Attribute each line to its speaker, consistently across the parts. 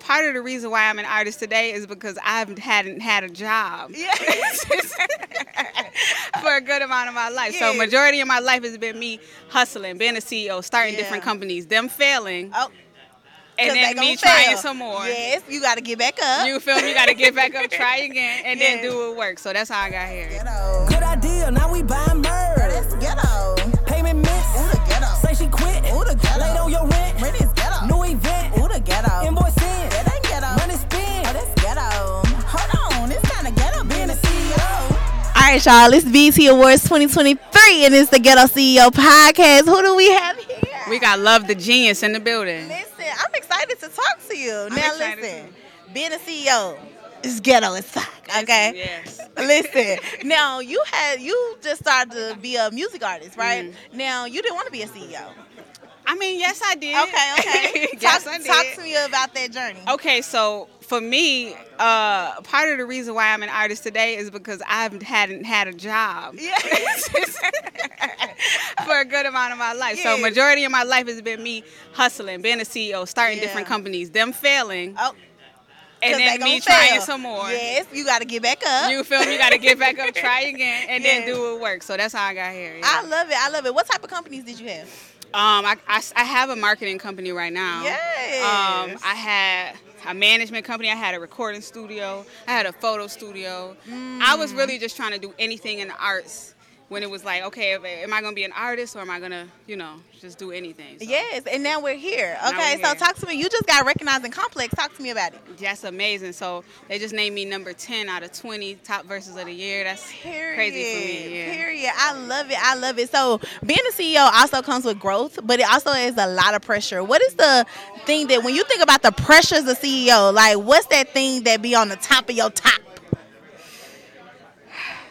Speaker 1: part of the reason why I'm an artist today is because I've hadn't had a job
Speaker 2: Yes.
Speaker 1: for a good amount of my life. So
Speaker 2: Yes.
Speaker 1: majority of my life has been me hustling, being a CEO, starting
Speaker 2: Yeah.
Speaker 1: different companies, them failing,
Speaker 2: oh, 'cause
Speaker 1: and
Speaker 2: they
Speaker 1: then
Speaker 2: gonna
Speaker 1: me trying
Speaker 2: fail.
Speaker 1: some more.
Speaker 2: Yes, you got to get back up.
Speaker 1: You feel me? You gotta get back up, try again, and
Speaker 2: Yeah.
Speaker 1: then do what works. So that's how I got here.
Speaker 2: ghetto.
Speaker 3: Good idea, now we buying merch.
Speaker 2: That's ghetto.
Speaker 3: Payment miss.
Speaker 2: Ooh, the
Speaker 3: Say
Speaker 2: ghetto.
Speaker 3: she quit.
Speaker 2: Ooh, the ghetto.
Speaker 3: Late on your rent.
Speaker 2: Rent is ghetto.
Speaker 3: New event.
Speaker 2: Ooh, the ghetto.
Speaker 3: Invoice in.
Speaker 2: That ain't ghetto.
Speaker 3: Money spent.
Speaker 2: Oh, that's ghetto. Hold on, it's kind of ghetto being a E CEO.
Speaker 4: All right, y'all. It's BT Awards 2023, and it's the Ghetto
Speaker 2: E
Speaker 4: CEO podcast. Who do we have here?
Speaker 1: We got love the genius in the building.
Speaker 2: Listen, I'm excited to talk to you. now,
Speaker 1: excited
Speaker 2: listen, being a CEO is ghetto as fuck. Okay.
Speaker 1: Yes.
Speaker 2: Listen, now you had you just started to be a music artist, right?
Speaker 1: Mm-hmm.
Speaker 2: Now you didn't want to be a CEO.
Speaker 1: I mean, yes, I did.
Speaker 2: Okay, okay.
Speaker 1: yes,
Speaker 2: talk,
Speaker 1: I did. Oh,
Speaker 2: talk to me about that journey.
Speaker 1: Okay, so for me, uh, part of the reason why I'm an artist today is because I have hadn't had a job
Speaker 2: Yes.
Speaker 1: for a good amount of my life.
Speaker 2: Yes.
Speaker 1: So majority of my life has been me hustling, being a CEO, starting
Speaker 2: Yeah.
Speaker 1: different companies, them failing,
Speaker 2: Oh, 'cause
Speaker 1: and
Speaker 2: they
Speaker 1: then
Speaker 2: gonna
Speaker 1: me trying
Speaker 2: fail.
Speaker 1: some more.
Speaker 2: Yes, you got to get back up.
Speaker 1: You feel me? You gotta get back up, try again, and
Speaker 2: Yes.
Speaker 1: then do what works. So that's how I got here. yeah.
Speaker 2: I love it. I love it. What type of companies did you have?
Speaker 1: Um, I, I, I have a marketing company right now.
Speaker 2: Yes.
Speaker 1: Um, I had a management company. I had a recording studio. I had a photo studio. I was really
Speaker 2: Mm.
Speaker 1: just trying to do anything in the arts when it was like, okay, if- am I going to be an artist or am I going to, you know, just do anything? So
Speaker 2: Yes, and now we're here.
Speaker 1: Oh. Now
Speaker 2: Okay,
Speaker 1: we're
Speaker 2: so
Speaker 1: here.
Speaker 2: talk to me. You just got recognized in Complex. Talk to me about it.
Speaker 1: That's amazing. So they just named me number 10 out of 20 top verses of the year. That's
Speaker 2: Period.
Speaker 1: crazy for me. Yeah.
Speaker 2: Period. I love it. I love it. So being a CEO also comes with growth, but it also is a lot of pressure. What is the thing that when you think about the pressures of CEO, E like what's that thing that be on the top of your top?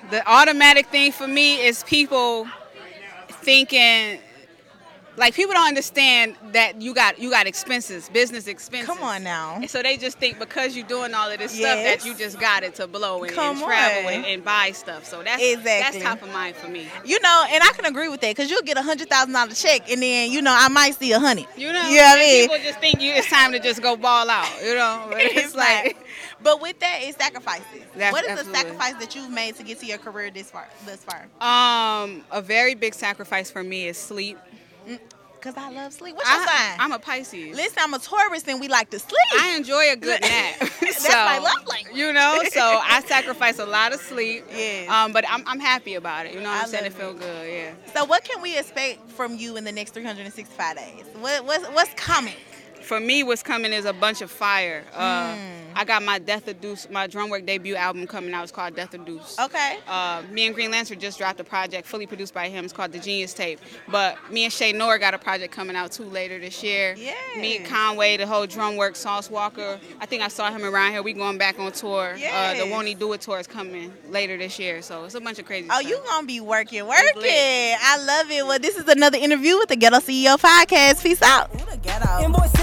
Speaker 1: the automatic thing for me is people thinking like people don't understand that you got you got expenses, business expenses.
Speaker 2: Come on now.
Speaker 1: And so they just think because you're doing all of this stuff
Speaker 2: Yes.
Speaker 1: that you just got it to blow and,
Speaker 2: Come
Speaker 1: and travel
Speaker 2: on.
Speaker 1: and, and buy stuff. So that's
Speaker 2: Exactly.
Speaker 1: that's top of mind for me.
Speaker 2: You know, and I can agree with that because you'll get a hundred thousand dollar check, and then you know I might see a hundred.
Speaker 1: You know,
Speaker 2: you know what
Speaker 1: and
Speaker 2: I mean.
Speaker 1: people just think you it's time to just go ball out. You know, But it's,
Speaker 2: It's
Speaker 1: like
Speaker 2: like, but with that, it's sacrifices.
Speaker 1: That's
Speaker 2: what is the
Speaker 1: absolutely.
Speaker 2: sacrifice that you've made to get to your career this far? This far?
Speaker 1: um a very big sacrifice for me is sleep.
Speaker 2: Because I love sleep. What's your
Speaker 1: I,
Speaker 2: sign?
Speaker 1: I'm a Pisces.
Speaker 2: Listen, I'm a Taurus, and we like to sleep.
Speaker 1: I enjoy a good nap.
Speaker 2: That's
Speaker 1: so,
Speaker 2: my love language.
Speaker 1: You know, so I sacrifice a lot of sleep.
Speaker 2: Yes.
Speaker 1: Um, but I'm, I'm happy about it. You know what
Speaker 2: I
Speaker 1: I'm saying? It feel
Speaker 2: love
Speaker 1: good, yeah.
Speaker 2: So what can we expect from you in the next 365 days? What what's what's coming?
Speaker 1: For me, what's coming is a bunch of fire. Uh,
Speaker 2: Hmm.
Speaker 1: I got my Death of Deuce, my drumwork debut album coming out. It's called Death of Deuce.
Speaker 2: Okay.
Speaker 1: Uh, me and Green Lantern just dropped a project fully produced by him. It's called The Genius Tape. But me and Shay Noor got a project coming out too later this year.
Speaker 2: Yes.
Speaker 1: Me and Conway, the whole drum work, Sauce Walker. I think I saw him around here. We going back on tour. Uh,
Speaker 2: Yes.
Speaker 1: the Won't He Do It tour is coming later this year. So it's a bunch of crazy
Speaker 2: Oh,
Speaker 1: stuff.
Speaker 2: you gonna be working, working.
Speaker 1: lit.
Speaker 2: I love it. Well, this is another interview with the Ghetto CEO E podcast. Peace out.
Speaker 3: Ooh, the ghetto. Invoice in.
Speaker 2: E